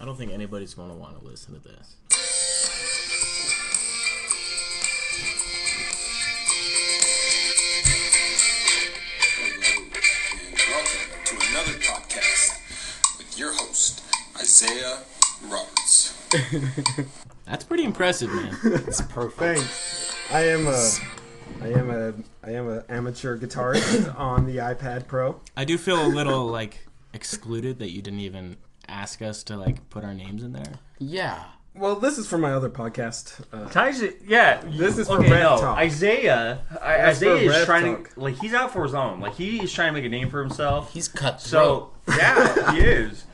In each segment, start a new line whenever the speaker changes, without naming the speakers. I don't think anybody's going to want to listen to this.
and welcome to another podcast with your host, Isaiah Roberts.
That's pretty impressive, man.
It's perfect. I am a, I am a, I am an amateur guitarist on the iPad Pro.
I do feel a little like excluded that you didn't even ask us to like put our names in there.
Yeah.
Well, this is for my other podcast. Uh,
Tyson, yeah.
This is for
okay,
Rev
no.
Talk.
Isaiah, I,
That's for
Isaiah is
Rev
trying
Talk.
to like he's out for his own. Like he is trying to make a name for himself.
He's cut
So yeah, he is.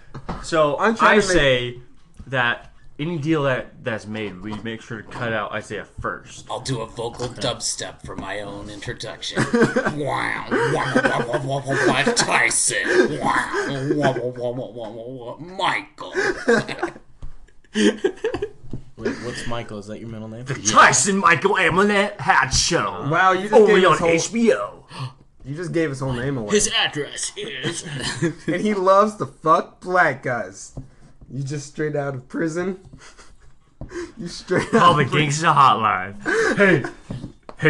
So
I'm
I
trying to make-
say that any deal that that's made, we make sure to cut out Isaiah first.
I'll do a vocal dubstep for my own introduction. wow, wow, wow, wow, wow, wow, wow, Tyson. Wow, wow, wow, wow, wow, wow, wow, wow, Michael.
Wait, what's Michael? Is that your middle name?
Tyson Michael Amulet Hat Show.
Wow, you just gave his whole,
HBO.
you just gave his whole name away,
His address is.
and he loves to fuck black guys. You just straight out of prison. you straight out.
Call the Gangsta Hotline. Hey,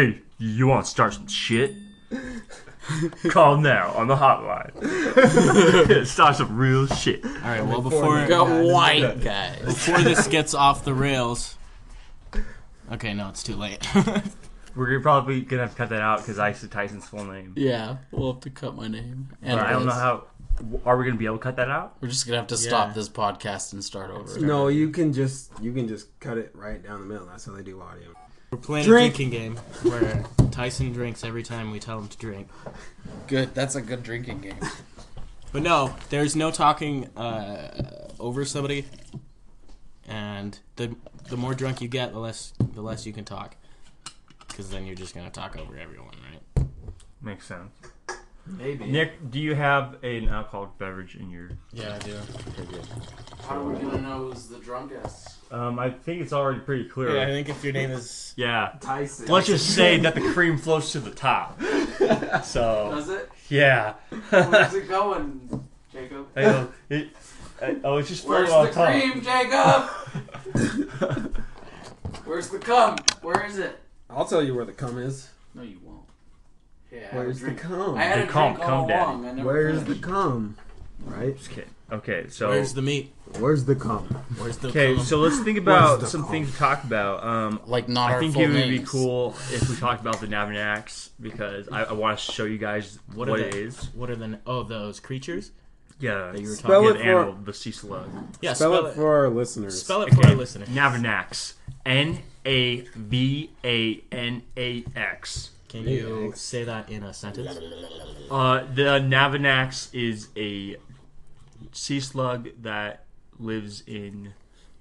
hey, you want to start some shit? Call now on the hotline. start some real shit.
All right. Well, before
Go.
The white guys.
before this gets off the rails. Okay, no, it's too late.
We're probably gonna have to cut that out because I said Tyson's full name.
Yeah, we'll have to cut my name. And
But I don't know
his.
how. Are we gonna be able to cut that out?
We're just gonna have to stop
Yeah.
this podcast and start over.
No, you can just you can just cut it right down the middle. That's how they do audio.
We're playing
Drink.
a drinking game where Tyson drinks every time we tell him to drink.
Good. That's a good drinking game.
But no, there's no talking uh, over somebody, and the the more drunk you get, the less the less you can talk, because then you're just gonna talk over everyone, right?
Makes sense.
Maybe.
Nick, do you have an alcoholic beverage in your?
Yeah, I do.
How are we gonna know who's the drunkest?
Um, I think it's already pretty clear.
Yeah, I think if your name is
Yeah.
Tyson.
Let's just say that the cream flows to the top. So
it?
yeah.
Where's it going, Jacob?
I know, it, I, oh, it's just floating on top.
Jacob? Where's the cum? Where is it?
I'll tell you where the cum is.
No, you won't. Yeah, I had a
Where's the
drink.
cum?
I had
The
a
cum,
drink
cum,
all
daddy.
along. I never
Where's the
finished.
cum? Right?
Just kidding. Okay, so
where's the meat?
Where's the cum?
Where's the
okay,
cum?
so let's
Where's
think about
the
some
call?
things to talk about. Um,
Like not
I
our
think
full
it would be
names.
cool if we talked about the Navinax because I, I want to show you guys
What
what,
are
it
they?
is.
what are the oh those creatures?
Yeah,
you were
it's-
talking
yeah,
about.
the animal, the sea slug.
Yeah,
Spell, it for our listeners.
spell it for our listeners.
Navinax. N A V A N A X.
Can you say that in a sentence?
Uh, the Navinax is a sea slug that lives in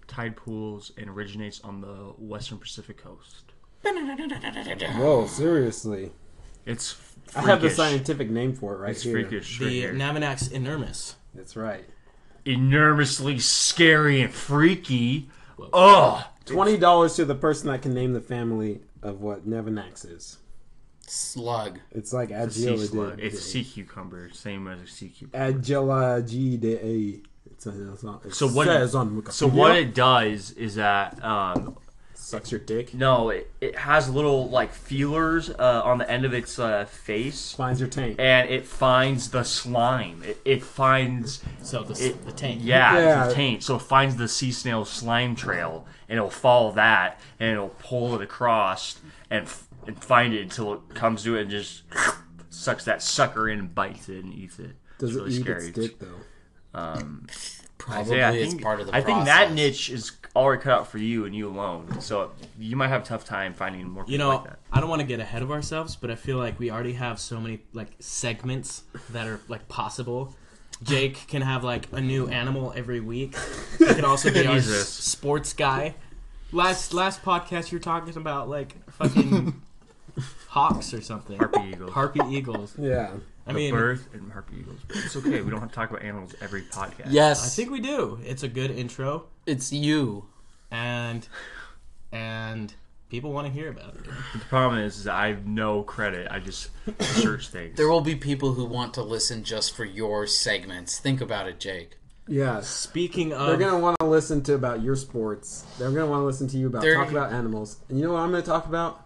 tide pools and originates on the western Pacific coast.
Whoa, seriously.
It's
I
freakish.
have the scientific name for it right
It's
here.
freakish. right
The
here.
Navinax inermis.
That's right.
enormously scary and freaky. Ugh.
Twenty dollars to the person that can name the family of what Nevinax is.
Slug.
It's like
It's a sea
Agila
slug.
de
It's a sea cucumber, same as a sea cucumber.
Agila G de A. It's on, it's on, it
So what-
says on Wikipedia.
So what it does is that um,
sucks your dick,
no, it, it has little like feelers uh, on the end of its uh, face,
finds your tank.
and it finds the slime. It, it finds
So the, s
It-
the tank.
yeah,
Yeah.
The taint. So it finds the sea snail slime trail, and it'll follow that, and it'll pull it across and f- and find it until it comes to it and just sucks that sucker in, and bites it, and eats it.
Does
it's
it
really
eat
scary.
its dick though?
I
Probably
say, I
is
think-
part of the
I think
process.
that niche is already cut out for you and you alone. So you might have a tough time finding more people
You know,
like that.
I don't want to get ahead of ourselves, but I feel like we already have so many like segments that are like possible. Jake can have like a new animal every week. He could also be our s-
Jesus.
sports guy. Last last podcast you were talking about like fucking hawks or something.
Harpy eagles.
Harpy eagles.
Yeah.
I mean,
Birth and harpy eagles. But It's okay. We don't have to talk about animals every podcast.
Yes,
I think we do. It's a good intro
it's you.
and and people want to hear about it.
The problem is, is I have no credit. I just search things.
There will be people who want to listen just for your segments. Think about it, Jake.
Yes.
Speaking
They're
of,
gonna want to listen to about your sports. They're gonna want to listen to you about
They're-
talk about animals. And you know what I'm gonna talk about?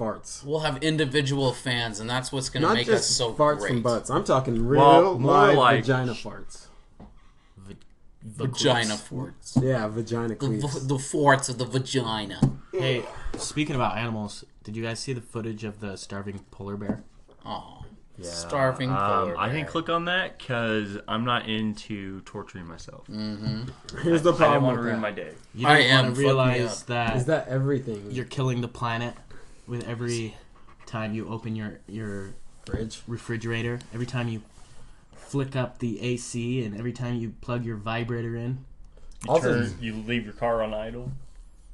Farts.
We'll have individual fans, and that's what's going to
Not
make us
just
so
farts
great.
from butts. I'm talking real
Well, more
live
like-
vagina farts.
v-
Vagina
vocals.
forts.
Yeah, vagina
The,
queefs.
v- the forts of the vagina.
Hey, speaking about animals, did you guys see the footage of the starving polar bear?
Oh, starving polar
Um, I
bear.
didn't click on that because I'm not into torturing myself.
Here's the
I didn't want
problem
to
with
ruin
that.
my day.
You
I
don't
am,
want
fuck
to
me
realize
up.
that,
Is that everything?
you're killing the planet with every time you open your your
fridge.
refrigerator, every time you flick up the AC, and every time you plug your vibrator in,
You,
Also-
turn- you leave your car on idle.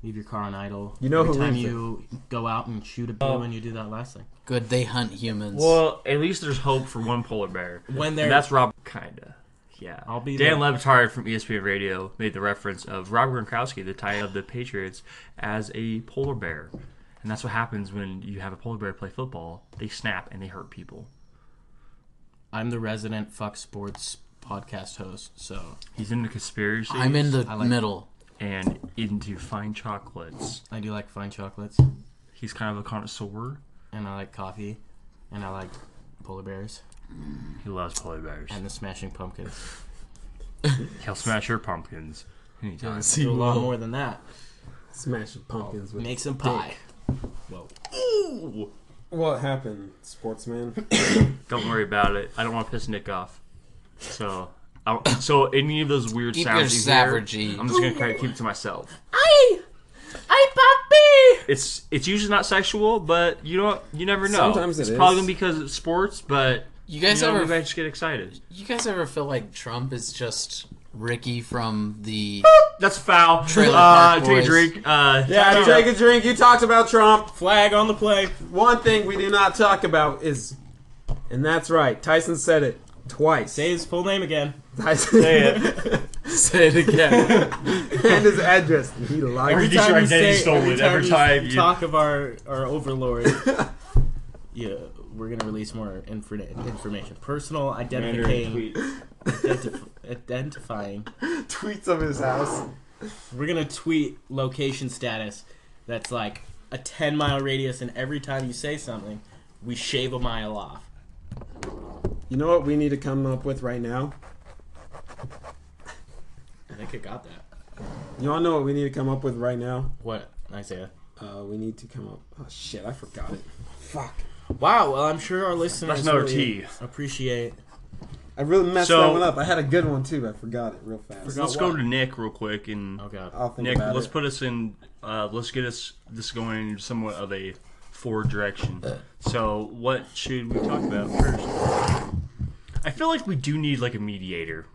leave your car on idle.
You know
every
who
time
leaves
you go out and shoot a bull
Oh.
and you do that last thing.
Good, they hunt humans.
Well, at least there's hope for one polar bear.
When
And
they're-
that's Rob, kinda. Yeah,
I'll be
Dan
there.
Levitard from E ESPN Radio made the reference of Rob Gronkowski, the tie of the Patriots, as a polar bear, and that's what happens when you have a polar bear play football. They snap and they hurt people.
I'm the resident fuck sports podcast host, so
He's into conspiracy.
I'm in the
I like-
middle.
and into fine chocolates.
I do like fine chocolates,
He's kind of a connoisseur.
and I like coffee, and I like polar bears
He loves polar bears.
and the Smashing Pumpkins.
He'll smash your pumpkins anytime.
Do a lot more than that.
Smashing pumpkins with.
Make some pie. Whoa.
What happened, sportsman?
Don't worry about it. I don't want to piss Nick off. So, I, so any of those weird
Keep
sounds
your
you
savagery.
hear, I'm just gonna try to keep it to myself.
I, I puppy.
It's it's usually not sexual, but you don't you never know.
Sometimes it
it's
is.
probably because it's sports, but
You
you
guys
know,
ever?
we might just get excited.
You guys ever feel like Trump is just Ricky from the?
That's foul.
Trailer
uh,
Park
take a
Boys.
drink. Uh,
yeah,
timeout.
take a drink. You talked about Trump.
Flag on the play.
One thing we do not talk about is, and that's right. Tyson said it twice.
Say his full name again.
Tyson
Say
Say it again.
and his address. He lied.
Every- Get your
you
identity stolen every
you
time
s-
you-
talk of our our overlord. yeah, we're gonna release more infor- information. Personal identifying, identif- identifying.
Tweets of his house.
We're gonna tweet location status. That's like a ten mile radius, and every time you say something, we shave a mile off.
You know what we need to come up with right now?
I think I got that.
You all know what we need to come up with right now?
What Isaiah?
Uh, we need to come up. Oh shit! I forgot it. Fuck.
Wow. Well, I'm sure our listeners
That's another
really
T.
appreciate.
I really messed
So-
that one up. I had a good one too. I forgot it real fast.
Forgot-
Let's go to Nick real quick and
Oh god.
I'll think
Nick.
about
Let's
it.
put us in. Uh, let's get us this going in somewhat of a forward direction. So, what should we talk about first? I feel like we do need like a mediator.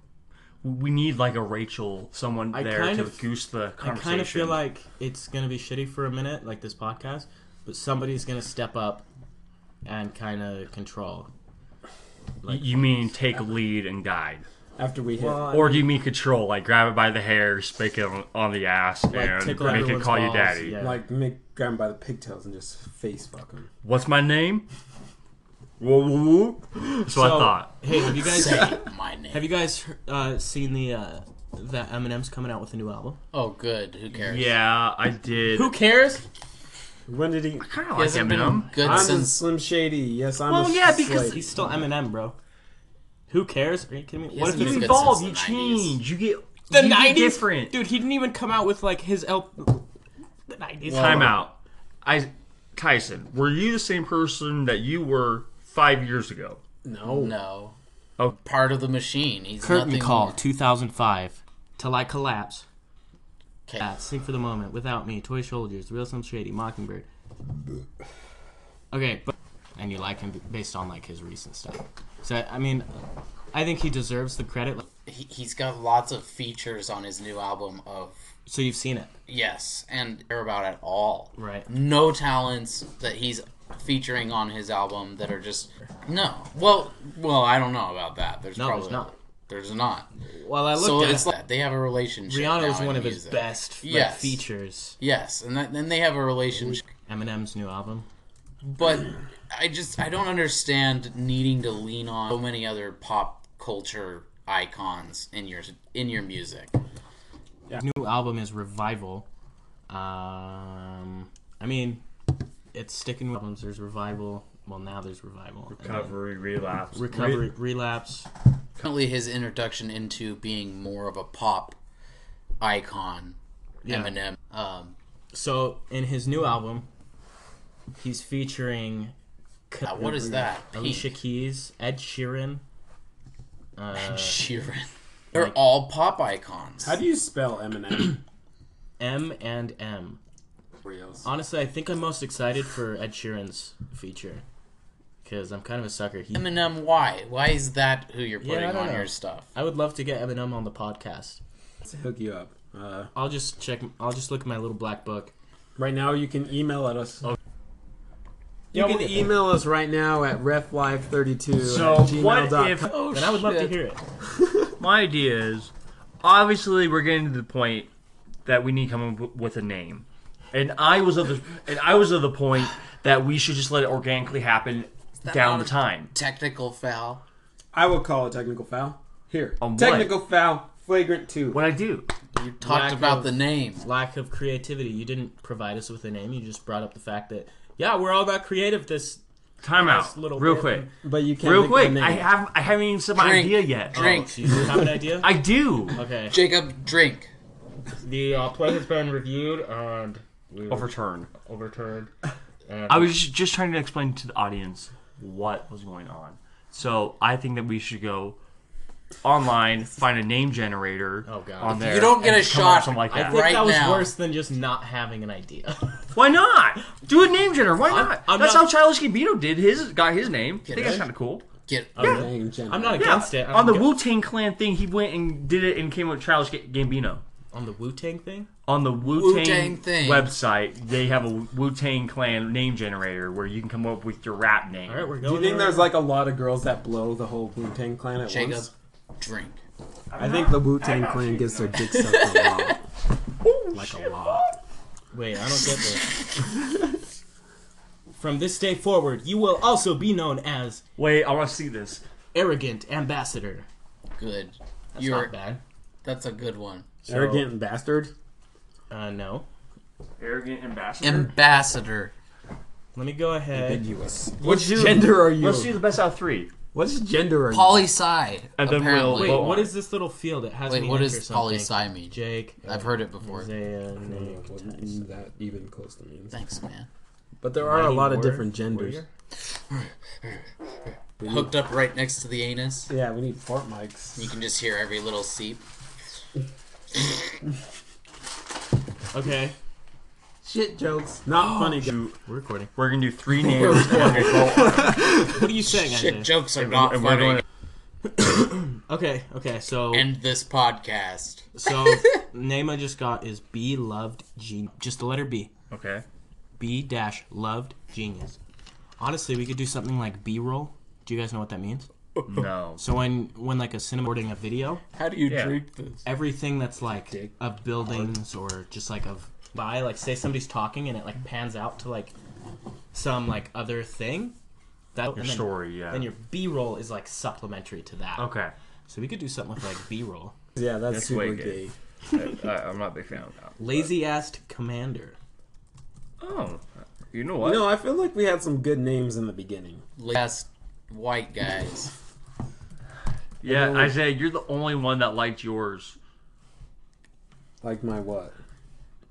We need like a Rachel, someone
I
there
kind
to
of-
goose the
I
conversation.
kind of feel like it's gonna be shitty for a minute, like this podcast, but somebody's gonna step up and kind of control.
Y- you mean take lead and guide,
after we hit.
or do you mean control? Like grab it by the hair, spank it on, on the ass, and
tickle
make it
everyone's
call
balls,
you daddy.
yeah.
like make grab him by the pigtails and just face fuck him.
What's my name? Whoa, whoa, whoa. That's what I
So,
thought.
Hey, have you guys
Say my name.
have you guys uh, seen the uh, that Eminem's coming out with a new album?
oh, good. Who cares?
Yeah, I did.
Who cares?
When did he?
kind of
He
like
hasn't been
Eminem.
good
I'm a
since.
Slim Shady. Yes, I'm.
Well,
a
yeah, because
slave.
He's still Eminem, bro. Who cares? Are you kidding me? What if
hasn't
he's
been
You
good
evolve, you
since the 90s.
change, you get
the
you get
nineties?
different.
Dude, he didn't even come out with like his L. The nineties.
Time out. I, Tyson, were you the same person that you were five years ago?
no.
No.
Oh.
Part of the machine. He's
Curtain
nothing
call,
more.
2005. Till I collapse.
'Kay.
That, Sing for the Moment, Without Me, Toy Soldiers, Real Slim Shady, Mockingbird. Okay, but and you like him b- based on like his recent stuff. So I mean, I think he deserves the credit.
He, he's got lots of features on his new album of
So you've seen it,
Yes, and care about at all.
right?
No talents that he's featuring on his album that are just no. Well, well, I don't know about that. There's
No,
probably
there's not.
There's not.
Well, I looked
So
at
it's
it.
like they have a relationship.
Rihanna was
now in
one of his
music.
best like,
Yes.
features.
Yes, and that, then they have a relationship.
Eminem's new album.
But I just I don't understand needing to lean on so many other pop culture icons in your in your music.
New album is Revival. Um, I mean, it's sticking with albums. There's Revival. Well, now there's Revival. and then
Recovery, relapse,
Recovery, relapse.
Currently, his introduction into being more of a pop icon,
Yeah.
Eminem. Um,
So in his new album, he's featuring
uh, what is that?
Alicia Keys, Ed Sheeran. uh,
Pink, Sheeran. They're all pop icons.
How do you spell Eminem?
M and M.
Reels.
Honestly, I think I'm most excited for Ed Sheeran's feature because I'm kind of a sucker. He,
Eminem, why? Why is that who you're
Yeah, I
putting
don't
on
know.
your stuff?
I would love to get Eminem on the podcast.
Let's hook you up. Uh,
I'll just check. I'll just look at my little black book.
right now, you can email at us. You
Yeah,
can
well-
email us right now at reflive32
So
at
what if?
gmail.com.
And I would love to hear it.
My idea is, obviously, we're getting to the point that we need to come up w- with a name, and I was of the, and I was of the point that we should just let it organically happen down the
not a-
time.
Technical foul.
I will call a technical foul. Here.
On what?
technical foul, flagrant 2.
Oh, What I do?
You talked
Lack
about
of- Oh,
the name.
Lack of creativity. You didn't provide us with a name. You just brought up the fact that yeah, we're all about creative. This
Timeout.
Nice little
Real
bit.
quick.
But you can't
Real
think
quick.
of a
I
name.
have I haven't even said my
Drink.
idea yet.
Drink.
so Oh, you have an idea?
I do.
Okay.
Jacob, drink.
The uh, play has been reviewed and we were
Overturn.
overturned.
I was ju- just trying to explain to the audience what was going on. So I think that we should go online, find a name generator
Oh, God.
on
If
there.
you don't get
and
a
just come up with
shot,
something like
I
that.
think
Right
that was
now.
worse than just not having an idea.
Why not? Do a name generator. Why not?
I'm
That's
not-
how Childish Gambino did his. Got his name. I think that's
it?
kind of cool.
Get
Dang, Jenna.
I'm not
Yeah.
against it. I'm
On the
aga-
Wu Tang Clan thing, he went and did it and came up with Childish Ga- Gambino.
on the Wu Tang thing.
on the Wu Tang
Wu-Tang thing.
website, they have a Wu Tang Clan name generator where you can come up with your rap name.
All right, we're
Do
going.
you think
there.
there's like a lot of girls that blow the whole Wu Tang Clan at
Jacob,
once?
drink.
I think Oh, the Wu Tang Clan gets their dick sucked a lot. like a lot.
Wait, I don't get this. From this day forward, you will also be known as
Wait, I want to see this.
arrogant ambassador.
Good.
It's
You're
not bad.
that's a good one.
Arrogant bastard.
Uh, no.
Arrogant ambassador.
Ambassador.
Let me go ahead.
Ambiguous.
Let's do-
gender are you?
Let's do the best out of three.
What is gender are you?
Poli sci.
And then we'll-
apparently.
Wait,
Go
what
on.
is this little field? It has
Wait,
me
what
enter
does poli
something.
sci mean?
Jake.
I've heard it before.
Isaiah, Nick.
Mm.
Wasn't that even close to means.
Thanks, man.
But there are a
Mighty
lot of
warrior-
different genders.
warrior?
Hooked up right next to the anus.
Yeah, we need fart
You
mics.
can just hear every little seep.
Okay,
Shit jokes. Not funny. Guys.
we're recording.
We're gonna do three names. and we're gonna go on.
What are you saying, Isaiah?
Shit jokes are
And
not
we're
funny.
going
Okay, okay, so
End this podcast.
so name I just got is B loved genius. Just the letter B.
okay.
B dash loved genius. Honestly, we could do something like B roll. Do you guys know what that means?
No.
So when when like a cinema recording a video,
How do you
Yeah.
drink this?
everything that's like of buildings or just like of by like say somebody's talking and it like pans out to like some like other thing. That and
Your
then-
story, yeah.
Then your B roll is like supplementary to that.
okay.
So we could do something with like B roll.
Yeah, that's,
That's way
super
gay.
gay.
I, I'm not a big fan of that.
Lazy assed commander.
Oh, you know what?
No, I feel like we had some good names in the beginning.
Last white guys.
yeah, Isaiah, you're the only one that liked yours.
Like my what?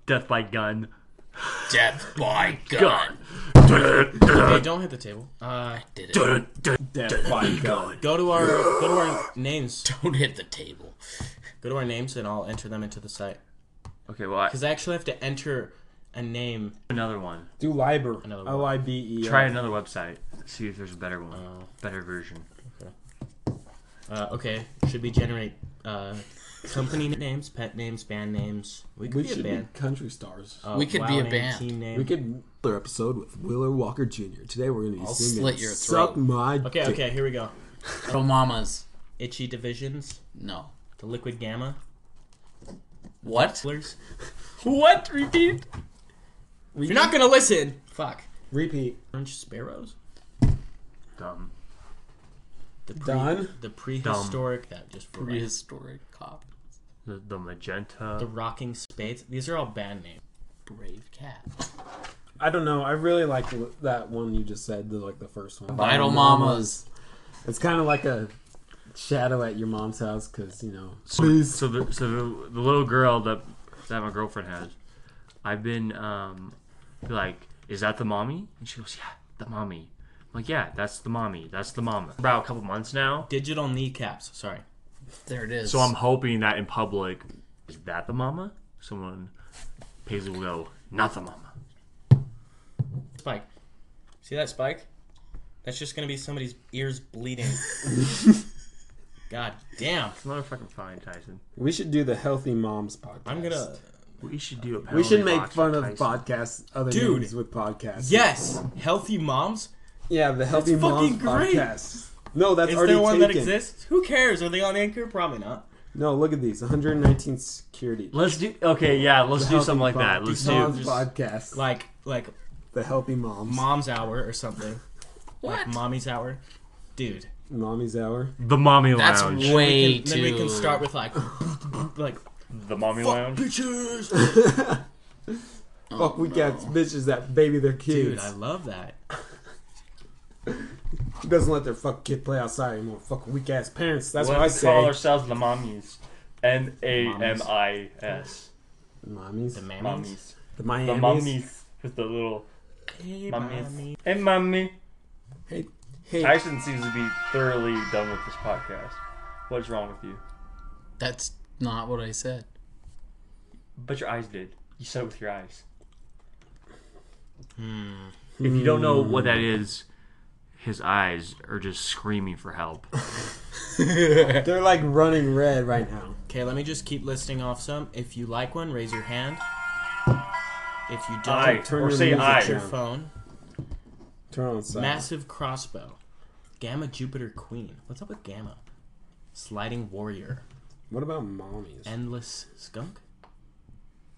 Death by gun.
Death by gun.
Hey, don't hit the table. Uh,
Did it.
Death by gun.
go to our go to our names.
Don't hit the table.
Go to our names and I'll enter them into the site.
Okay, well, I,
Because I actually have to enter a name.
another one.
Do Liber.
Another one.
O I B E.
Try another website. See if there's a better one, better version.
Uh, okay, should we generate uh, company names, pet names, band names? We could
We
be a
should be
band.
country stars.
Uh,
We could be a band.
Team name.
We could another episode with Willer Walker Jr. Today we're gonna be
I'll
singing.
slit your
Suck
throat."
my
okay,
dick.
okay, here we go.
Pro mamas.
Itchy divisions,
No.
the Liquid Gamma,
What?
Killers.
What? Repeat.
If you're not gonna listen, fuck.
Repeat.
Orange Sparrows.
Dumb.
The pre,
Done?
The prehistoric, that just for like,
Prehistoric cop.
The, the magenta.
the rocking spades. These are all band names.
Brave cat.
I don't know. I really like l- that one you just said, the, like the first one.
Vital Mamas.
It's kind of like a shadow at your mom's house because, you know.
So, so the so the, the little girl that that my girlfriend has, I've been um like, is that the mommy? And she goes, yeah, the mommy. I'm like, yeah, that's the mommy. That's the mama. About a couple months now,
Digital kneecaps. Sorry.
There it is.
so I'm hoping that in public, is that the mama? Someone, Paisley will go, not the mama.
Spike. See that spike? That's just gonna be somebody's ears bleeding. God damn.
It's motherfucking fine, Tyson.
We should do the Healthy Moms podcast.
I'm gonna.
We should do a.
We should
penalty
make
box
fun
with
of
Tyson.
podcasts, other
Dude.
names with podcasts.
Yes! Healthy moms?
Yeah, the Healthy
That's fucking
Moms
great.
podcast. No, that's
Is
already
there one
taken.
that exists? Who cares? Are they on Anchor? Probably not.
No, look at these. 119 security.
Let's do okay, yeah. Let's do
Healthy
something like
Pod-
that. Let's do
Moms
just-
podcast.
Like, like
the Healthy Moms.
mom's hour or something.
What?
Like mommy's hour. Dude.
Mommy's Hour.
the mommy
That's
lounge.
way
Can,
too.
then we can start with like, like
the mommy
fuck
lounge.
bitches.
Fuck, we got bitches that baby their
Dude,
kids.
I love that.
Who doesn't let their fuck kid play outside anymore? Fucking weak ass parents. That's what I
Let's
say.
call ourselves the mommies. M A M I S.
Mommies.
The
The,
mammies.
Mommies.
Miamis.
The mommies with the little
Hey,
mommies.
mommy.
Hey, mommy.
Hey, hey.
Tyson seems to be thoroughly done with this podcast. What's wrong with you?
That's not what I said.
But your eyes did. You said it with your eyes.
Hmm.
If you don't know what that is, his eyes are just screaming for help.
They're like running red right now.
Okay, let me just keep listing off some. If you like one, raise your hand. If you don't,
Eye.
Turn
Or
your
say
music
eye.
your
down.
phone.
Turn on silent.
Massive crossbow. Gamma Jupiter Queen. What's up with Gamma? Sliding Warrior.
What about mommies?
Endless Skunk?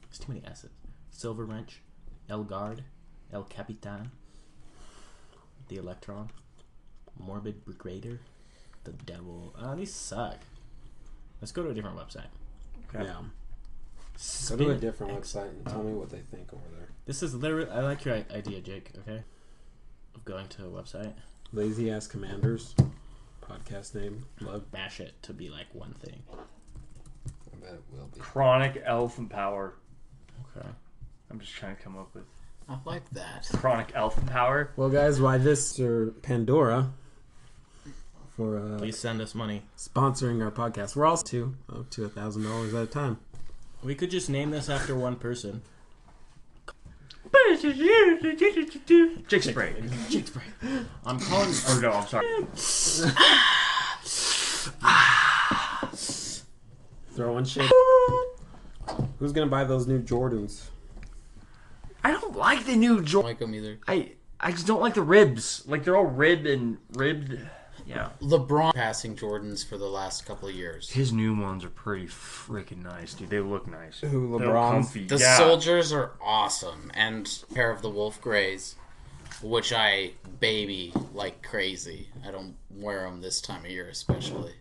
There's too many S's. Silver Wrench. El Guard. El Capitan. The Electron. Morbid Brigader. The Devil. Uh, these suck. Let's go to a different website.
yeah. Go
Spin
to a different
X.
website and tell me what they think over there.
This is literally. I like your i- idea, Jake. Okay, of going to a website,
Lazy ass commanders. Podcast name. Love.
mash it to be like one thing.
I bet it will be.
Chronic elephant power.
Okay.
I'm just trying to come up with
I like that.
chronic elephant power.
Well, guys, why this or Pandora for uh,
Please send us money.
sponsoring our podcast. We're all two up to a thousand dollars at a time.
We could just name this after one person.
Jake spray.
Jake Spray. I'm calling.
Or no, I'm sorry.
Throwing shit. Who's gonna buy those new Jordans?
I don't like the new
I
Jordan.
don't like them either.
I I just don't like the ribs. Like they're all rib and ribbed. Yeah.
LeBron passing Jordans for the last couple of years.
His new ones are pretty freaking nice, dude. They look nice.
Who
They're
LeBron?
comfy.
The
yeah.
soldiers are awesome, and a pair of the Wolf Grays, which I baby like crazy. I don't wear them this time of year, especially.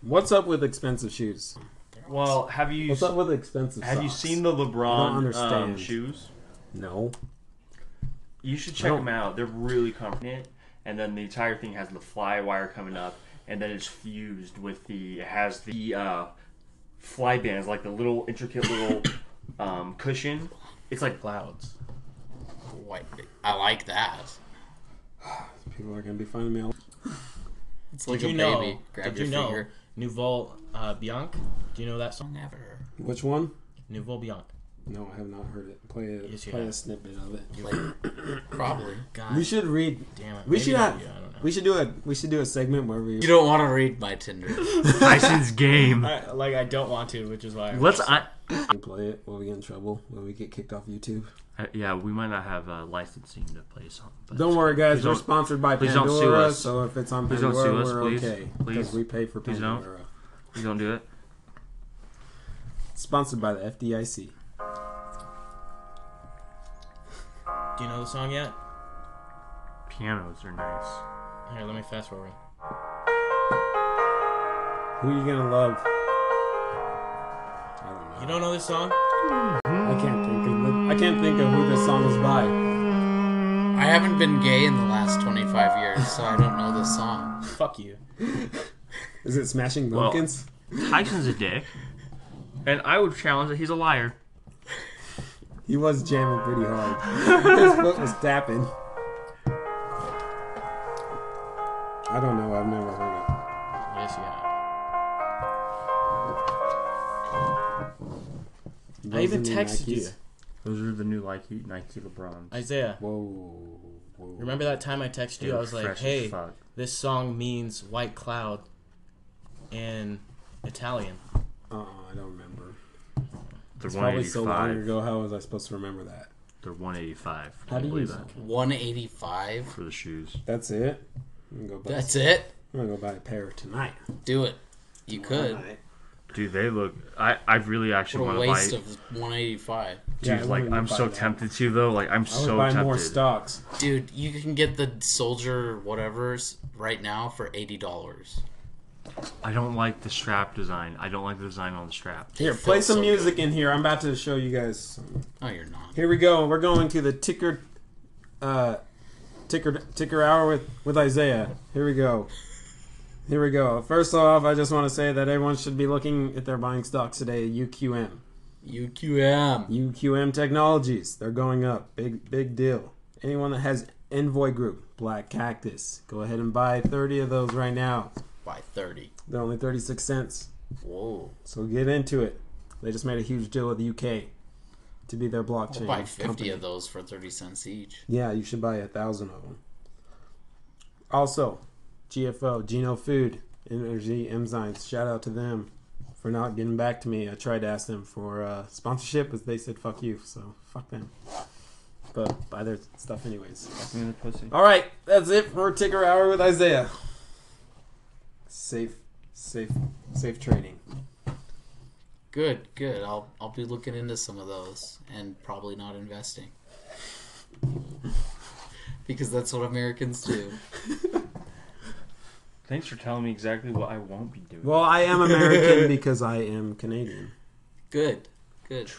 What's up with expensive shoes?
Well, have you
What's up with expensive?
have you
socks?
seen the
don't
LeBron
understand.
um, shoes?
No.
You should check
don't-
them out. They're really comfortable. And then the entire thing has the fly wire coming up, and then it's fused with the it has the uh, fly bands, like the little intricate little um, cushion. It's like
Clouds.
White. I like that.
People are gonna be finding me. All-
It's
Did
like
you
a
know?
baby. Grab
did
your
you know
finger.
Nouveau uh, Bianc? Do you know that song?
Never.
Which one?
Nouveau Bianc.
No, I have not heard it. Play it.
Yes, you
play a
have.
snippet of it.
Probably.
God
We should read.
damn it.
We
Maybe
should
not
have.
you, I don't know.
We should do a. We should do a segment where we.
You don't want to read my Tinder.
Tyson's game.
I, like I don't want to, which is why. I'm
Let's.
just-
I,
can play it when we get in trouble, when we get kicked off YouTube.
Uh, yeah, we might not have uh, licensing to play a song. But
Don't worry, guys.
Please
We're
don't-
sponsored by
please
Pandora,
don't sue us.
so if it's on
Please don't
Pandora,
sue us,
we're
please.
okay
Please.
because we pay for
Please don't.
Pandora.
You don't do it.
Sponsored by the FDIC.
Do you know the song yet?
Pianos are nice.
Here, let me fast forward.
Who are you gonna love? I don't know.
You don't know this song?
I can't think of the, I can't think of who this song is by.
I haven't been gay in the last 25 years, so I don't know this song.
Fuck you.
Is it Smashing Pumpkins?
Tyson's a dick, and I would challenge that he's a liar.
He was jamming pretty hard. His foot was tapping. I don't know. I've never heard it.
Yes, you have. I
Those
even
are the
texted you,
Nikes.
Those are the new Nike Nike LeBron.
Isaiah.
Whoa, whoa.
Remember that time I texted you? I was like,
Fresh as
"Hey,
fuck.
this song means white cloud in Italian."
Uh, I don't remember.
they're
It's probably so long
185.
ago. How was I supposed to remember that?
They're 185.
How do
Can
you
believe
use
that?
185?
for the shoes?
That's it. I'm gonna go buy.
That's it?
I'm gonna go buy a pair tonight.
Do it. You could.
Tonight.
Dude, they look. I I really actually
What a
want
waste
to buy.
of 185.
Dude,
Yeah, I
like
wouldn't
I'm
buy
so
that.
tempted to though. Like I'm
I would
so
buy
tempted.
more stocks.
Dude, you can get the soldier whatever's right now for $80.
I don't like the strap design. I don't like the design on the strap.
Here,
It
play
feels
some
so
music in here. I'm about to show you guys. Some.
No, you're not.
Here we go. We're going to the ticker, uh, ticker ticker hour with with Isaiah. Here we go. Here we go. First off, I just want to say that everyone should be looking at their buying stocks today. at UQM,
UQM.
UQM Technologies. They're going up. Big big deal. Anyone that has Envoy Group, Black Cactus, go ahead and buy 30 of those right now.
By 30.
They're only 36 cents.
Whoa.
So get into it. They just made a huge deal with the UK to be their blockchain.
Buy 50
company.
of those for 30 cents each.
Yeah, you should buy a thousand of them. Also, GFO, Geno Food, Energy Enzymes. Shout out to them for not getting back to me. I tried to ask them for uh, sponsorship, but they said fuck you, so fuck them. But buy their stuff anyways. All right, that's it for Ticker Hour with Isaiah. Safe, safe, safe trading.
Good, good. I'll I'll be looking into some of those and probably not investing. because that's what Americans do.
Thanks for telling me exactly what I won't be doing.
Well, I am American because I am Canadian.
Good. Good.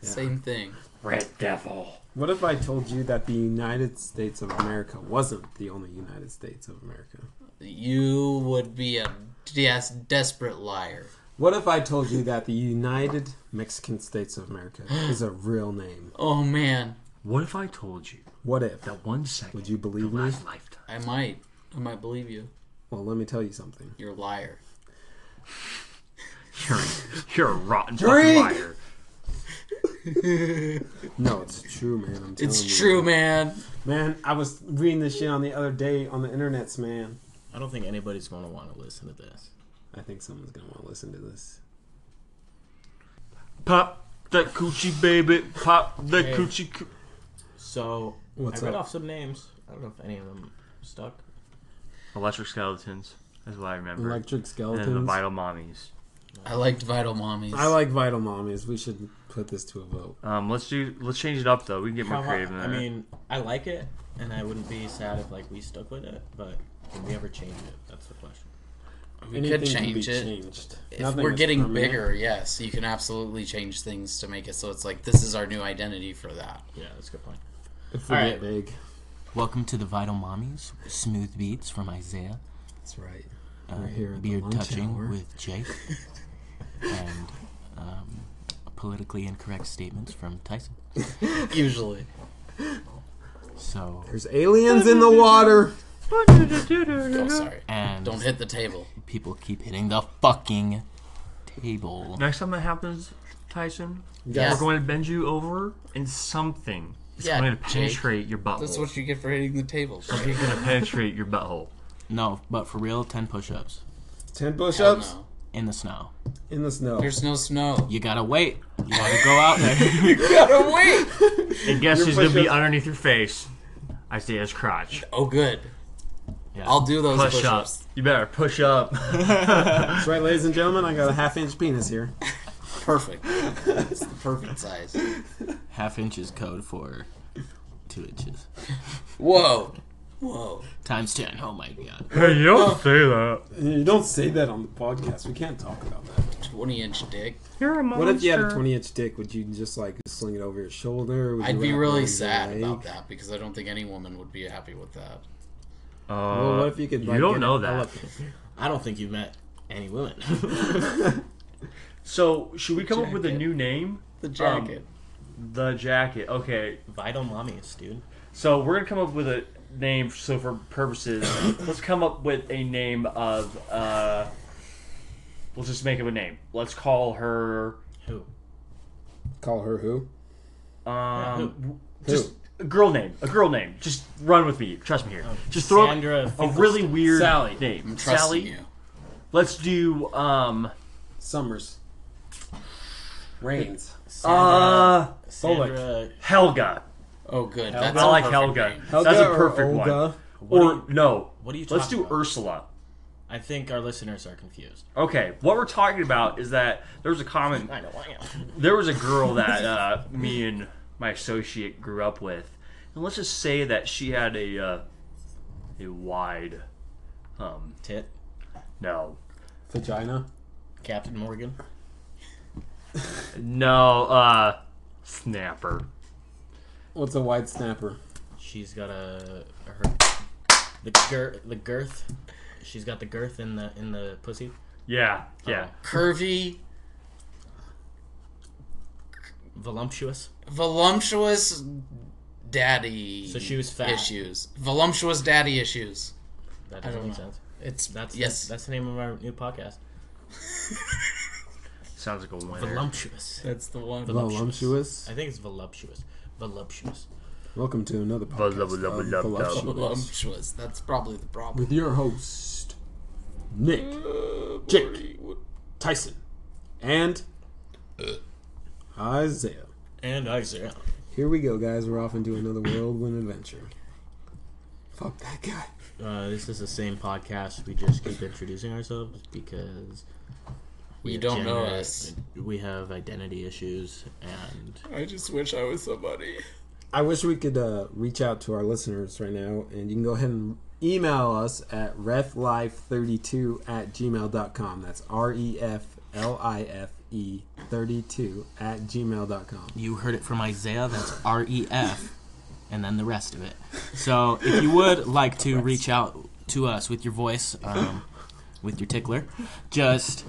Same thing.
Red Devil.
What if I told you that the United States of America wasn't the only United States of America?
You would be a des- desperate liar.
What if I told you that the United Mexican States of America is a real name?
Oh man,
What if I told you
What if?
that one second
Would you believe
could
me?
last lifetime?
I might. I might believe you.
Well, let me tell you something.
You're a liar.
You're, you're a rotten
Drink!
fucking liar.
No, it's true, man. I'm telling
It's
you.
true, man.
Man, I was reading this shit on the other day on the internets, man.
I don't think anybody's going to want to listen to this.
I think someone's gonna want to listen to this.
Pop that coochie, baby. Pop that
Hey.
coochie. Coo-
So
What's
I read
up?
off some names. I don't know if any of them stuck.
Electric skeletons is what I remember.
Electric
and then
skeletons.
the vital mommies.
I liked Vital Mommies.
I like vital mommies. We should put this to a vote.
Um, let's do. Let's change it up though. We can get more
How-
creative. Than
I
that.
mean, I like it, and I wouldn't be sad if like we stuck with it. But can we ever change it? That's the question.
we could
Anything can be
change it.
changed.
If
Nothing
we're
is
getting
permanent.
bigger, yes, you can absolutely change things to make it so it's like this is our new identity for that.
Yeah, that's a good point.
If we
All
get
right.
big,
Welcome to the Vital Mommies. Smooth beats from Isaiah. uh,
that's right. We're here at
beard
the lunch
touching
hour.
with Jake, and um, politically incorrect statements from Tyson.
Usually.
So
There's aliens in the water.
Oh, sorry.
and
Don't hit the table.
people keep hitting the fucking table.
Next time that happens, Tyson,
Yeah.
we're going to bend you over and something. It's
Yeah,
going to
Jake.
penetrate your butthole.
That's what you get for hitting the table. Jake.
It's going to penetrate your butthole.
No, but for real, ten push-ups
Ten
Hell
push-ups
no.
in the snow.
in the snow.
There's no snow.
You gotta wait. You gotta go out there.
Oh wait.
And guess who's going to be
push-ups-
underneath your face? Isaiah's crotch.
Oh good.
Yeah.
I'll do those
Push up.
push-ups.
You better push up.
That's right, ladies and gentlemen. I got a half-inch penis here.
Perfect. It's the perfect size.
Half inch is code for two inches.
Whoa. Whoa.
times ten. Oh my god.
Hey, you don't say that.
You don't say that on the podcast. We can't talk about that.
20 inch dick.
You're a monster.
What if you had a 20 inch dick? Would you just like sling it over your shoulder? Would
I'd
you wrap it
be
around
really
your
sad
leg?
about that because I don't think any woman would be happy with that.
Uh,
Well, what if you could? Like,
you
get
don't know
it
that.
I don't think you've met any women.
So should we come up with a
Jacket.
new name?
The
Um,
jacket.
The jacket. Okay.
Vital mommies, dude.
So we're gonna come up with a name. So for purposes, let's come up with a name of. uh We'll just make up a name. Let's call her.
Who?
Call her who?
Um, w-
Who?
just a girl name. A girl name. Just run with me. Trust me here. just throw up
Oh, Sandra
a
Finkelstein.
really weird
Sally.
name.
I'm trusting
Sally.
you.
Let's do. um
Summers. Rains.
Sandra,
uh,
Sandra
Helga.
Oh, good. That's
I
a
like
perfect
Helga.
name.
That's a perfect one.
What
Or
are you-
no.
what are you
Let's
talking
do
about?
Ursula.
I think our listeners are confused.
Okay, what we're talking about is that there was a common.
I know I am.
There was a girl that uh, me and my associate grew up with, and let's just say that she had a uh, a wide, um,
Tit.
no,
Vagina.
Captain Morgan.
no, uh, snapper.
What's a wide snapper?
She's got a her the girth the girth. She's got the girth in the in the pussy.
Yeah, yeah.
Oh.
Curvy,
Voluptuous.
voluptuous daddy
So she was fat.
issues. Voluptuous daddy issues.
That doesn't
don't
make
know.
sense.
It's
That's
yes.
that's the name of our new podcast.
Sounds like a winner.
Voluptuous.
that's the one.
Voluptuous.
I think it's voluptuous. Voluptuous.
Welcome to another podcast. of
Voluptuous.
Voluptuous.
Voluptuous. That's probably the problem.
With your host, Nick, Jake, Tyson, and Uh. Isaiah.
And Isaiah.
Here we go, guys. We're off into another whirlwind adventure. Fuck that guy.
Uh, this is the same podcast. We just keep introducing ourselves because we
You
have
don't know
gender-
us.
We have identity issues, and
I just wish I was somebody.
I wish we could uh, reach out to our listeners right now, and you can go ahead and email us at reflife32 at gmail.com. That's R E F L I F E 32 at gmail.com.
you heard it from Isaiah. That's R E F, and then the rest of it. So if you would like to reach out to us with your voice, um, with your tickler, just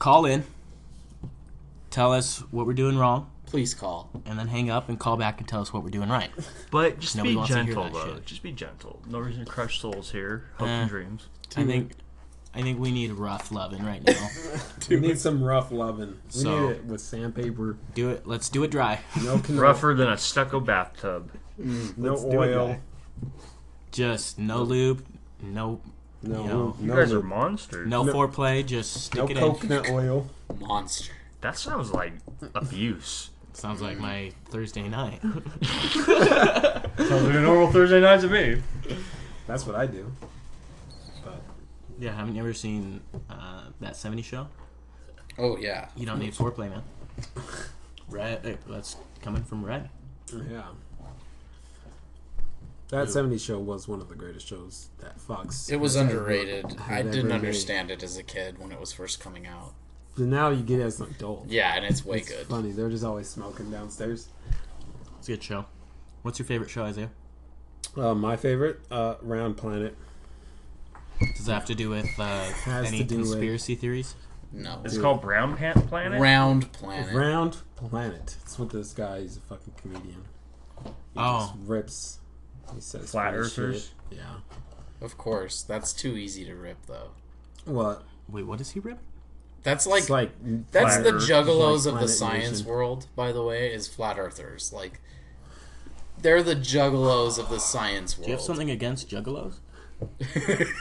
call in. Tell us what we're doing wrong,
Please call.
and then hang up and call back and tell us what we're doing right.
But just
Nobody
be
wants to hear
gentle,
that
though.
shit.
Just be gentle. No reason to crush souls here. Hopes
Eh.
and dreams.
I think, I think we need rough loving right now.
We need some rough loving. We
So-
need it with sandpaper,
Do it. Let's do it dry.
no canola,
Rougher than a stucco bathtub.
no
do it,
oil.
guy.
Just no lube, no
No,
You
no,
know,
You guys are
no,
monsters.
no foreplay. Just stick
no
it in.
coconut oil.
Monster.
That sounds like abuse.
Sounds like my Thursday night.
Sounds like a normal Thursday night to me.
That's what I do.
yeah, haven't you ever seen uh, that '70s show?
Oh yeah.
You don't need foreplay, man. Red. eh, That's coming from Red.
Yeah. That 70s show was one of the greatest shows that Fox.
It was
has ever-
underrated. I
had ever
didn't
made.
understand it as a kid when it was first coming out.
But now you get it as an adult.
Yeah, and it's way
It's
good.
funny. They're just always smoking downstairs.
It's a good show. What's your favorite show, Isaiah?
Uh, my favorite, uh, Round Planet.
Does it have to do with uh,
Has to
any
do with-
conspiracy theories?
No.
It's called Brown Pant Planet.
Round planet.
Round Planet. It's with this guy. He's a fucking comedian. He
Oh.
just rips. He says
Flat
funny
Earthers?
shit. Yeah.
Of course. That's too easy to rip though.
What?
Wait, what is he ripping?
That's like
It's like
That's
Flat
the
Earth.
Like
juggalos of the
Planet
science
Nation.
world, by the way, is flat earthers. Like they're the juggalos of the science world.
Do you have something against juggalos?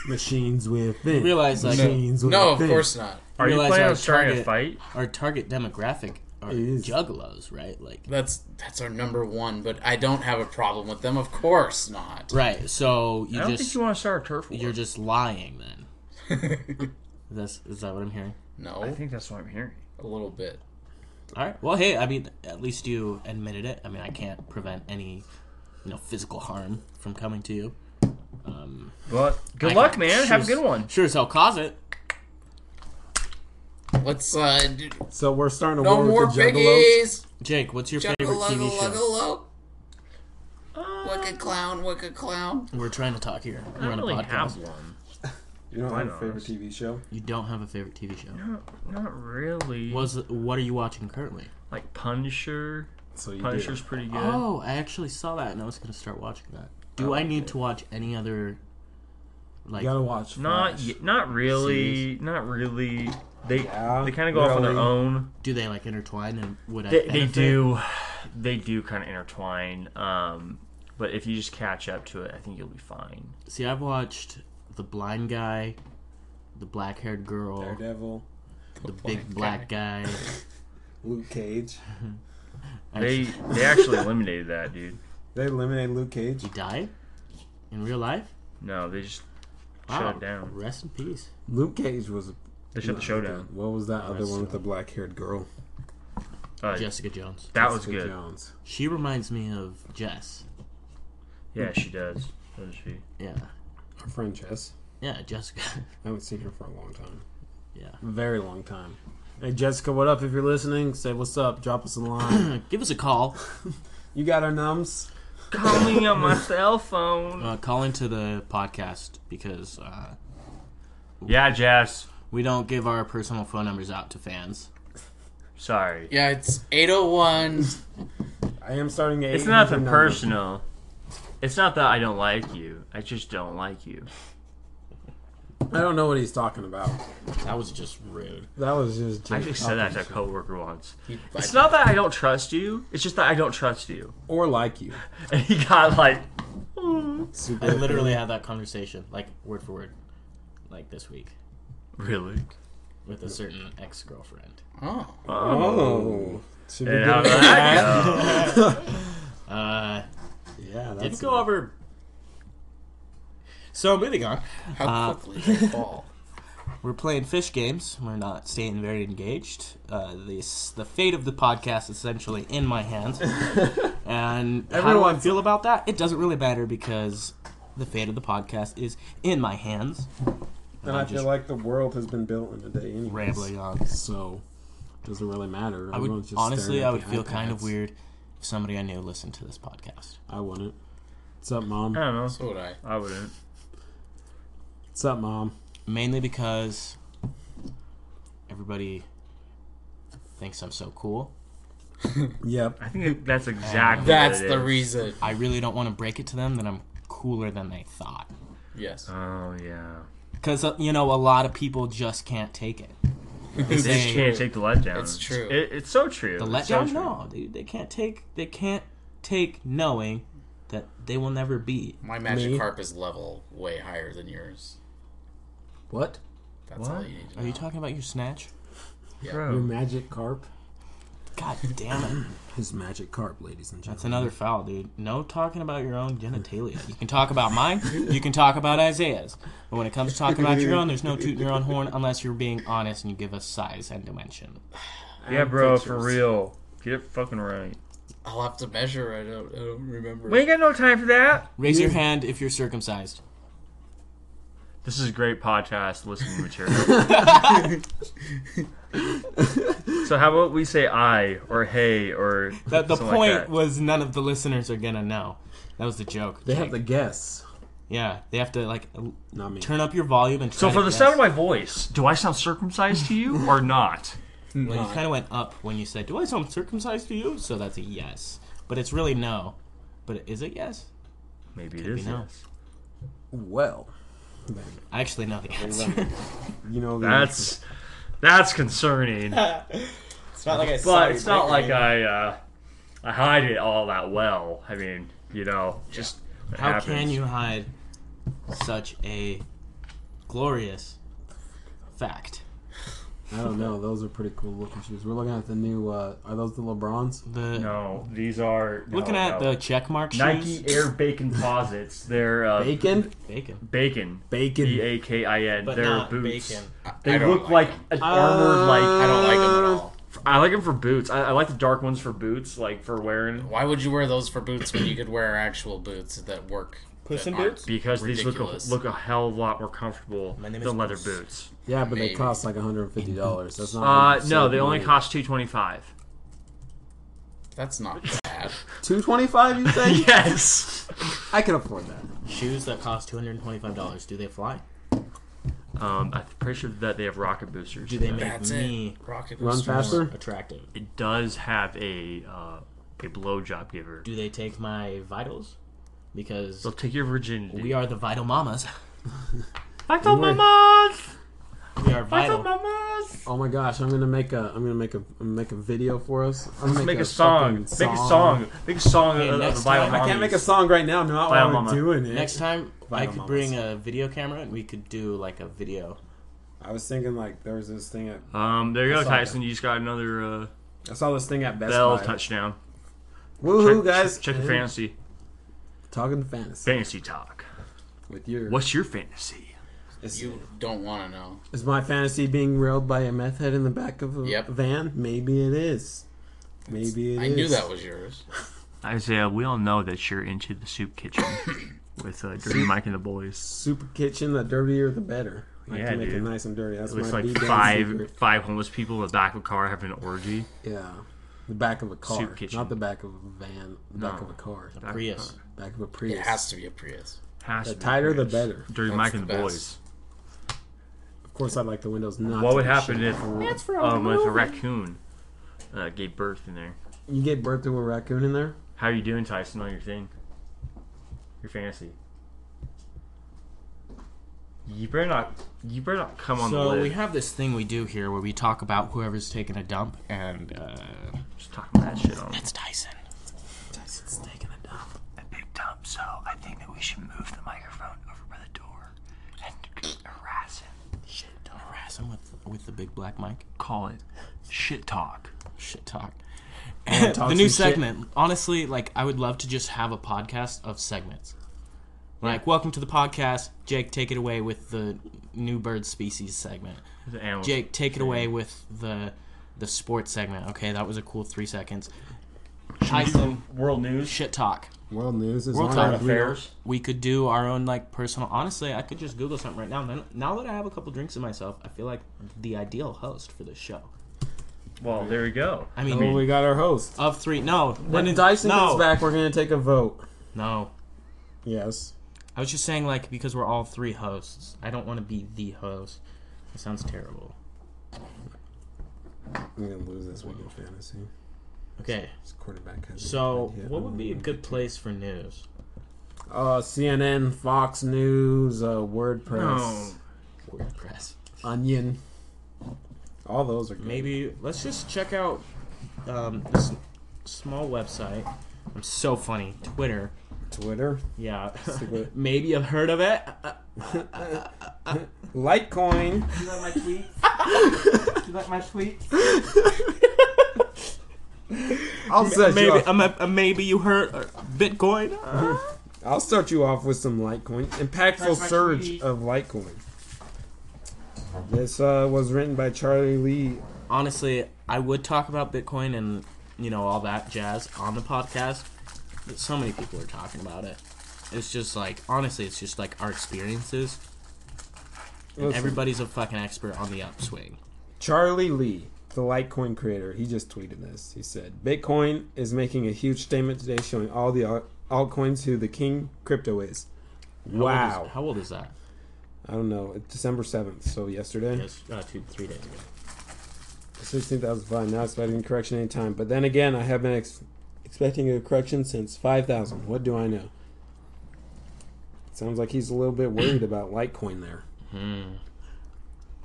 machines within.
Realize, like-
machines
No, of
within.
course not.
Are you
Realize
planning
our
on starting a
target-
fight?
Our target demographic are
Is-
juggalos, right? Like,
That's that's our number one, but I don't have a problem with them. Of course not.
right? So you
I don't
just
think you want to start a turf war.
You're just lying then. That's is that what I'm hearing?
I
No,
think that's what I'm hearing.
a little bit.
All right. Well, hey, I mean, at least you admitted it. I mean, I can't prevent any, you know, physical harm from coming to you. Um,
But good
I
luck,
can
man.
sure
Have a
as-
good one.
Sure as hell cause it.
Let's uh, do,
So we're starting a
no
war
more
with the Juggalos.
biggies.
Jake, what's your favorite TV show?
Juggalo, Wicked clown, wicked clown.
We're trying to talk here.
I
We're
don't
on a
really
podcast.
have one.
You don't have a favorite
honest.
TV show?
You don't have a favorite TV show.
Not, not really.
Was what are you watching currently?
like Punisher.
So you
Punisher's
do.
pretty good.
Oh, I actually saw that, and I was gonna start watching that. Do I need to watch any other? Like,
You gotta watch.
Not
Flash.
y- not really. Not really. They
Yeah,
they kind of go off on their
really.
own.
do they like intertwine? And would I?
They, they
benefit?
do. They do kind of intertwine. Um, but if you just catch up to it, I think you'll be fine.
See, I've watched the blind guy, the black-haired girl,
Daredevil,
the big black guy.
Luke Cage.
They they actually eliminated that dude.
They eliminated Luke Cage.
He died in real life.
No, they just
Wow.
shut it down.
Rest in peace.
Luke Cage was.
They shut the show down.
What was that other
that's
one with the
so-
black-haired girl?
Uh,
Jessica Jones.
that was
Jessica
good.
Jones.
She reminds me of Jess.
Yeah, she does. Doesn't she?
Yeah.
Our friend Jess.
Yeah, Jessica.
I haven't seen her for a long time.
Yeah.
Very long time. Hey Jessica, what up? If you're listening, say what's up. Drop us a line.
Uh, Give us a call.
you got our nums.
Call me on my cell phone.
Uh, call into the podcast because uh,
Yeah, Jess.
we don't give our personal phone numbers out to fans.
Sorry.
Yeah, it's 801.
I am starting a.
It's nothing personal. It's not that I don't like you. I just don't like you.
I don't know what he's talking about.
That was just rude.
That was just.
I actually said that to a coworker once. It's
But
not that I don't trust you. It's just that I don't trust you.
Or like you.
And he got like,
Super
I literally had that conversation, like word for word, like this week
really?
with a certain ex girlfriend.
oh,
Oh. Should we
And
get
how
into
did
that?
that go?
Uh,
Yeah, that's
didn't go over. So moving on,
how quickly they fall.
we're playing fish games. We're not staying very engaged. Uh, this the fate of the podcast is essentially in my hands, and how do I
Everyone's-
feel about that? It doesn't really matter because the fate of the podcast is in my hands.
And I feel
just-
like the world has been built in a day anyway.
Rambling on.
So, doesn't really matter.
I would honestly, I would feel kind of weird if somebody I knew listened to this podcast.
I wouldn't. What's up, mom?
I don't know.
That's what I.
I wouldn't.
What's up, mom?
Mainly because everybody thinks I'm so cool.
Yep.
I think that's exactly.
That's
what it
the
is.
reason.
I really don't want to break it to them that I'm cooler than they thought.
Yes.
Oh yeah.
Because, uh, you know, a lot of people just can't take it.
They just
They-
can't take the letdown.
It's true.
It, it's so true.
The
It's so
letdown?
true.
No, dude. They can't take, they can't take knowing that they will never be.
My magic harp is level way higher than yours.
What?
That's
What?
all you need to know.
Are you talking about your snatch?
Your
Bro.
magic carp?
God damn it.
His magic carp, ladies and
That's
gentlemen.
another foul, dude. No talking about your own genitalia. You can talk about mine, you can talk about Isaiah's. But when it comes to talking about your own, there's no tooting your own horn unless you're being honest and you give us size and dimension.
Yeah, bro. For
pictures.
real. Get it fucking right.
I'll have to measure. I don't. I don't remember.
We ain't got no time for that.
Raise your hand if you're circumcised.
This is great podcast listening material. so how about we say I or hey or
The, the
something like
point
that.
was none of the listeners are gonna know. That was the joke.
They have
Jake.
to guess.
yeah, they have to like l-
Not me.
turn up your volume and. Try
So
to
for the
guess.
sound of my voice, do I sound circumcised to you or not?
Well, you kind of went up when you said, "Do I sound circumcised to you?" So that's a yes, but it's really no. But is it yes?
Maybe it is.
no.
yes.
Well,
I actually know the answer.
you know the answer.
That's that's concerning.
it's not like I.
But it's not like I uh, I hide it all that well. I mean, you know, just it
How
happens.
can you hide such a glorious fact?
I don't know. Those are pretty cool looking shoes. We're looking at the new. uh Are those the LeBrons?
The
No, these are no,
looking at
no.
the checkmark shoes,
Nike Air Bacon posits. They're uh,
Bacon.
bacon,
bacon.
Bacon.
B E a k i n.
but
They're
not
boots.
bacon. Uh,
They
I don't
look like,
them.
an armored like.
I don't like them at all.
I like them for boots. I, I like the dark ones for boots, like for wearing.
Why would you wear those for boots when you could wear actual boots that work?
Puss
that
in
aren't
Boots?
because
ridiculous.
these look a, look a hell of a lot more comfortable
My name
than
is
leather
Bruce.
boots.
Yeah, but
Maybe.
they cost like $150. That's not
Uh, no, they only cost two twenty five.
That's not bad.
225 you say?
Yes.
I can afford that.
Shoes that cost two hundred and twenty-five dollars. Do they fly?
Um, I'm pretty sure that they have rocket boosters.
Do they make
That's
me
it. Rocket
Run
booster.
more
faster?
attractive?
It does have a uh, a blowjob giver.
Do they take my vitals? Because
They'll take your virginity.
we are the vital mamas.
Vital
Don't worry.
mamas.
We are
Vital
vital.
mamas.
Oh my gosh, I'm gonna make a I'm gonna make a I'm gonna make a video for us. I'm gonna
Make
fucking
a song. Make a song. Make a song
Hey,
of, of
next
the vital
time-
mamas.
I can't make a song right now, not
Vital
while
Mama.
we're doing it.
Next time I
Vital
could
mamas.
bring a video camera and we could do like a video.
I was thinking like there was this thing at
Um, there you
I
go,
saw
Tyson. You just got another uh,
I saw this thing at Best
bell
Buy.
touchdown.
Woohoo
Check-
guys! Mm-hmm.
Check your
And
fantasy.
Talking fantasy
Fantasy talk.
with your
What's your fantasy?
is,
You don't want to know.
is my fantasy being railed by a meth head in the back of a
Yep.
van? Maybe it is. Maybe it is.
I knew that was yours.
Isaiah, we all know that you're into the soup kitchen with uh, Dirty Mike and the boys.
Super kitchen, the dirtier the better. I
Yeah,
can make
dude.
it nice and dirty. That's
It was
my
like
big dad's
five
secret.
five homeless people in the back of a car having an orgy.
Yeah. The back of a car.
Soup kitchen.
Not the back of a van. The back of a car.
Back of a
Prius.
car.
Back of a Prius.
It has to be a Prius.
Has
The
to be
tighter, the
Prius.
better.
Dirty
That's
Mike
the
and the
best.
boys.
Of course, I'd like the windows not
What
to
would
be
happen
shut.
if um, if a raccoon uh, gave birth in there?
You get birth to a raccoon in there?
How are you doing, Tyson, on your thing? Your fantasy. You better not. You better not come on the
So
lid.
we have this thing we do here where we talk about whoever's taking a dump, and uh,
Just talking that shit on.
it's Tyson. Tyson's taking a dump.
I picked up, so I think that we should move the microphone over by the door and harass him.
Shit, don't harass him with with the big black mic.
Call it shit talk.
Shit talk.
talk
the new
some shit.
segment. Honestly, like I would love to just have a podcast of segments. Like, welcome to the podcast. Jake, take it away with the new bird species segment.
The animals.
Jake, take it away with the the sports segment. Okay, that was a cool three seconds. Tyson,
World news.
shit talk.
World news is
World
on
Current
our-
affairs.
We could do our own like personal. Honestly, I could just Google something right now. Now- Now that I have a couple drinks in myself, I feel like the ideal host for this show.
Well, there we go.
I mean,
Oh, we got our host.
of three, no,
When Dyson
no,
comes back, we're going to take a vote.
no.
Yes.
I was just saying, like, because we're all three hosts, I don't want to be the host. That sounds terrible.
I'm going to lose this week in fantasy.
Okay,
This quarterback has no
so
idea.
what would be a good place for news?
Uh, CNN, Fox News, uh, WordPress,
WordPress.
Onion. All those are good.
Maybe let's just check out um, this small website. I'm so funny. Twitter.
Twitter.
Yeah.
Twitter.
Maybe you've heard of it. Uh,
Litecoin.
you like my you like my tweet?
I'll set
Maybe,
you off.
um, uh, maybe you heard uh, Bitcoin. Uh,
I'll start you off with some Litecoin. Impactful
That's my
surge
tweet.
of Litecoin. This uh, was written by Charlie Lee.
honestly, I would talk about Bitcoin and you know all that jazz on the podcast, but so many people are talking about it. It's just like honestly, it's just like our experiences. And
Listen,
everybody's a fucking expert on the upswing.
Charlie Lee, the Litecoin creator, he just tweeted this. He said, "Bitcoin is making a huge statement today, showing all the alt- altcoins who the king crypto is."
How old is-
Wow.
how old is that?
I don't know. It's December seventh, so yesterday.
Yes, uh, two, three days ago.
Sixteen thousand five. Not expecting a correction anytime. But then again, I have been ex- expecting a correction since five thousand. What do I know? Sounds like he's a little bit worried about Litecoin there. About
Hmm.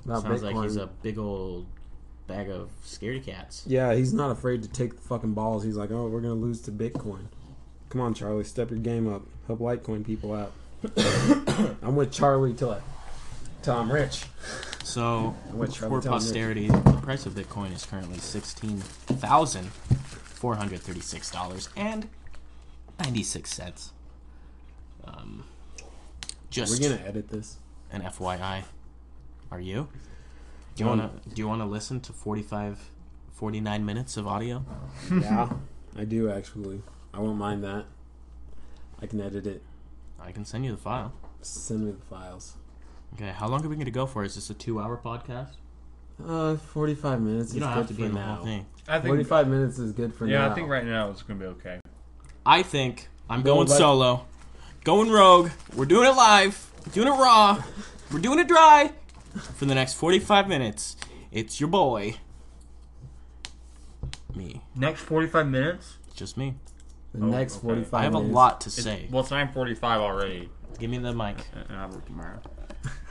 Sounds
Bitcoin.
like he's a big old bag of scaredy cats.
Yeah, he's not afraid to take the fucking balls. He's like, oh, we're gonna lose to Bitcoin. Come on, Charlie, step your game up. Help Litecoin people out. I'm with Charlie till I, till I'm rich.
So
What,
for
Charlie, tell me.
posterity, the price of Bitcoin is currently sixteen thousand four hundred thirty-six dollars and ninety-six cents. Um,
We're
just
gonna edit this.
an FYI. Are you? Do you wanna do you wanna listen to 45, 49 minutes of audio?
Yeah, I do actually. I won't mind that. I can edit it.
I can send you the file.
Send me the files.
Okay, how long are we going to go for? Is this a two-hour podcast?
Uh, 45 minutes
You don't
is good
have to
for
be in the
now.
whole thing.
I think.
45 minutes is good for now.
yeah, I think right now it's gonna be okay.
I think I'm going
but-
solo, going rogue. We're doing it live, doing it raw, we're doing it dry. For the next 45 minutes, it's your boy, me,
Next forty-five minutes.
just me.
The next
okay.
45
Oh, I have a
minutes-
lot to say.
well, it's nine forty-five already,
Give me the mic.
and I work tomorrow.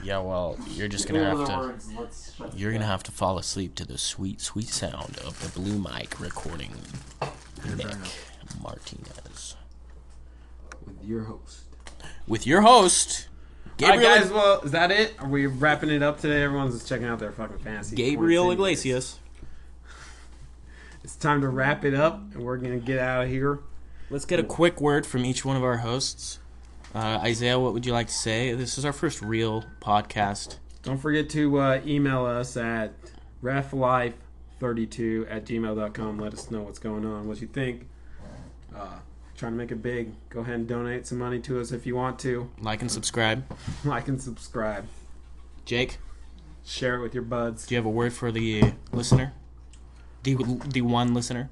Yeah, well, you're just gonna have to. You're gonna have to fall asleep to the sweet, sweet sound of the blue mic recording. Nick Martinez
With your host.
with your host,
All right,
Gabriel.
guys. Well, is that it? Are we wrapping it up today? Everyone's checking out their fucking fantasy.
Gabriel
points anyways.
Iglesias.
It's time to wrap it up, and we're gonna get out of here.
Let's get a quick word from each one of our hosts. Uh, Isaiah, what would you like to say? This is our first real podcast.
Don't forget to uh, email us at reflife32 at gmail.com. Let us know what's going on, what you think. Uh, trying to make it big. Go ahead and donate some money to us if you want to.
Like and subscribe.
Like and subscribe.
Jake,
Share it with your buds.
do you have a word for the listener? The the one listener.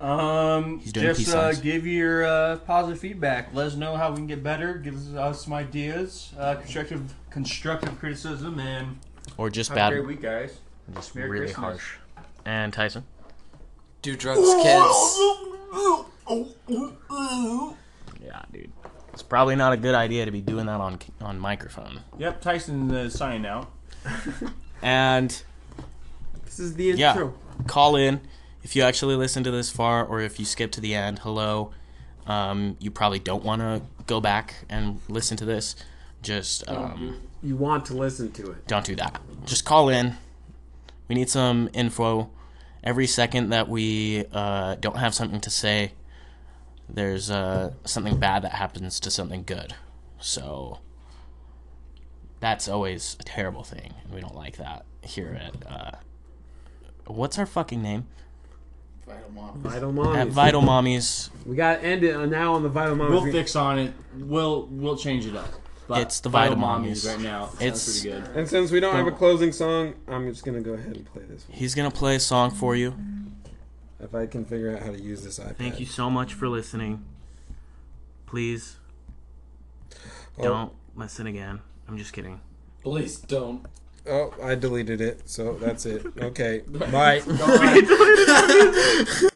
Um,
He's doing peace
just uh,
signs.
give your uh, positive feedback. Let us know how we can get better. Give us, us some ideas, uh, constructive constructive criticism, and
Or just
have
bad.
a great week, guys.
Just
Merry
really
Christmas.
harsh. And Tyson.
Do drugs, kids.
Yeah, dude. It's probably not a good idea to be doing that on on microphone.
Yep, Tyson uh, signing out.
And
This is the
yeah,
intro.
call in if you actually listen to this far, or if you skip to the end. Hello. Um, you probably don't want to go back and listen to this. Just um,
You want to listen to it.
don't do that. Just call in. We need some info. Every second that we uh, don't have something to say, there's uh, something bad that happens to something good. So that's always a terrible thing, and we don't like that here at. Uh, what's our fucking name?
Vital mom.
Vital
At
Mommies.
Vital Mommies.
we gotta end it on- now on the Vital Mommies.
We'll fix on it. We'll we'll change it up. But
It's the Vital Mommies.
right now.
It's-
It's pretty good.
and since we don't have a closing song, I'm just gonna go ahead and play this one.
He's gonna play a song for you.
If I can figure out how to use this iPad.
Thank you so much for listening. Please
Oh,
don't listen again. I'm just kidding.
Please don't.
Oh, I deleted it, so that's it. Okay, bye.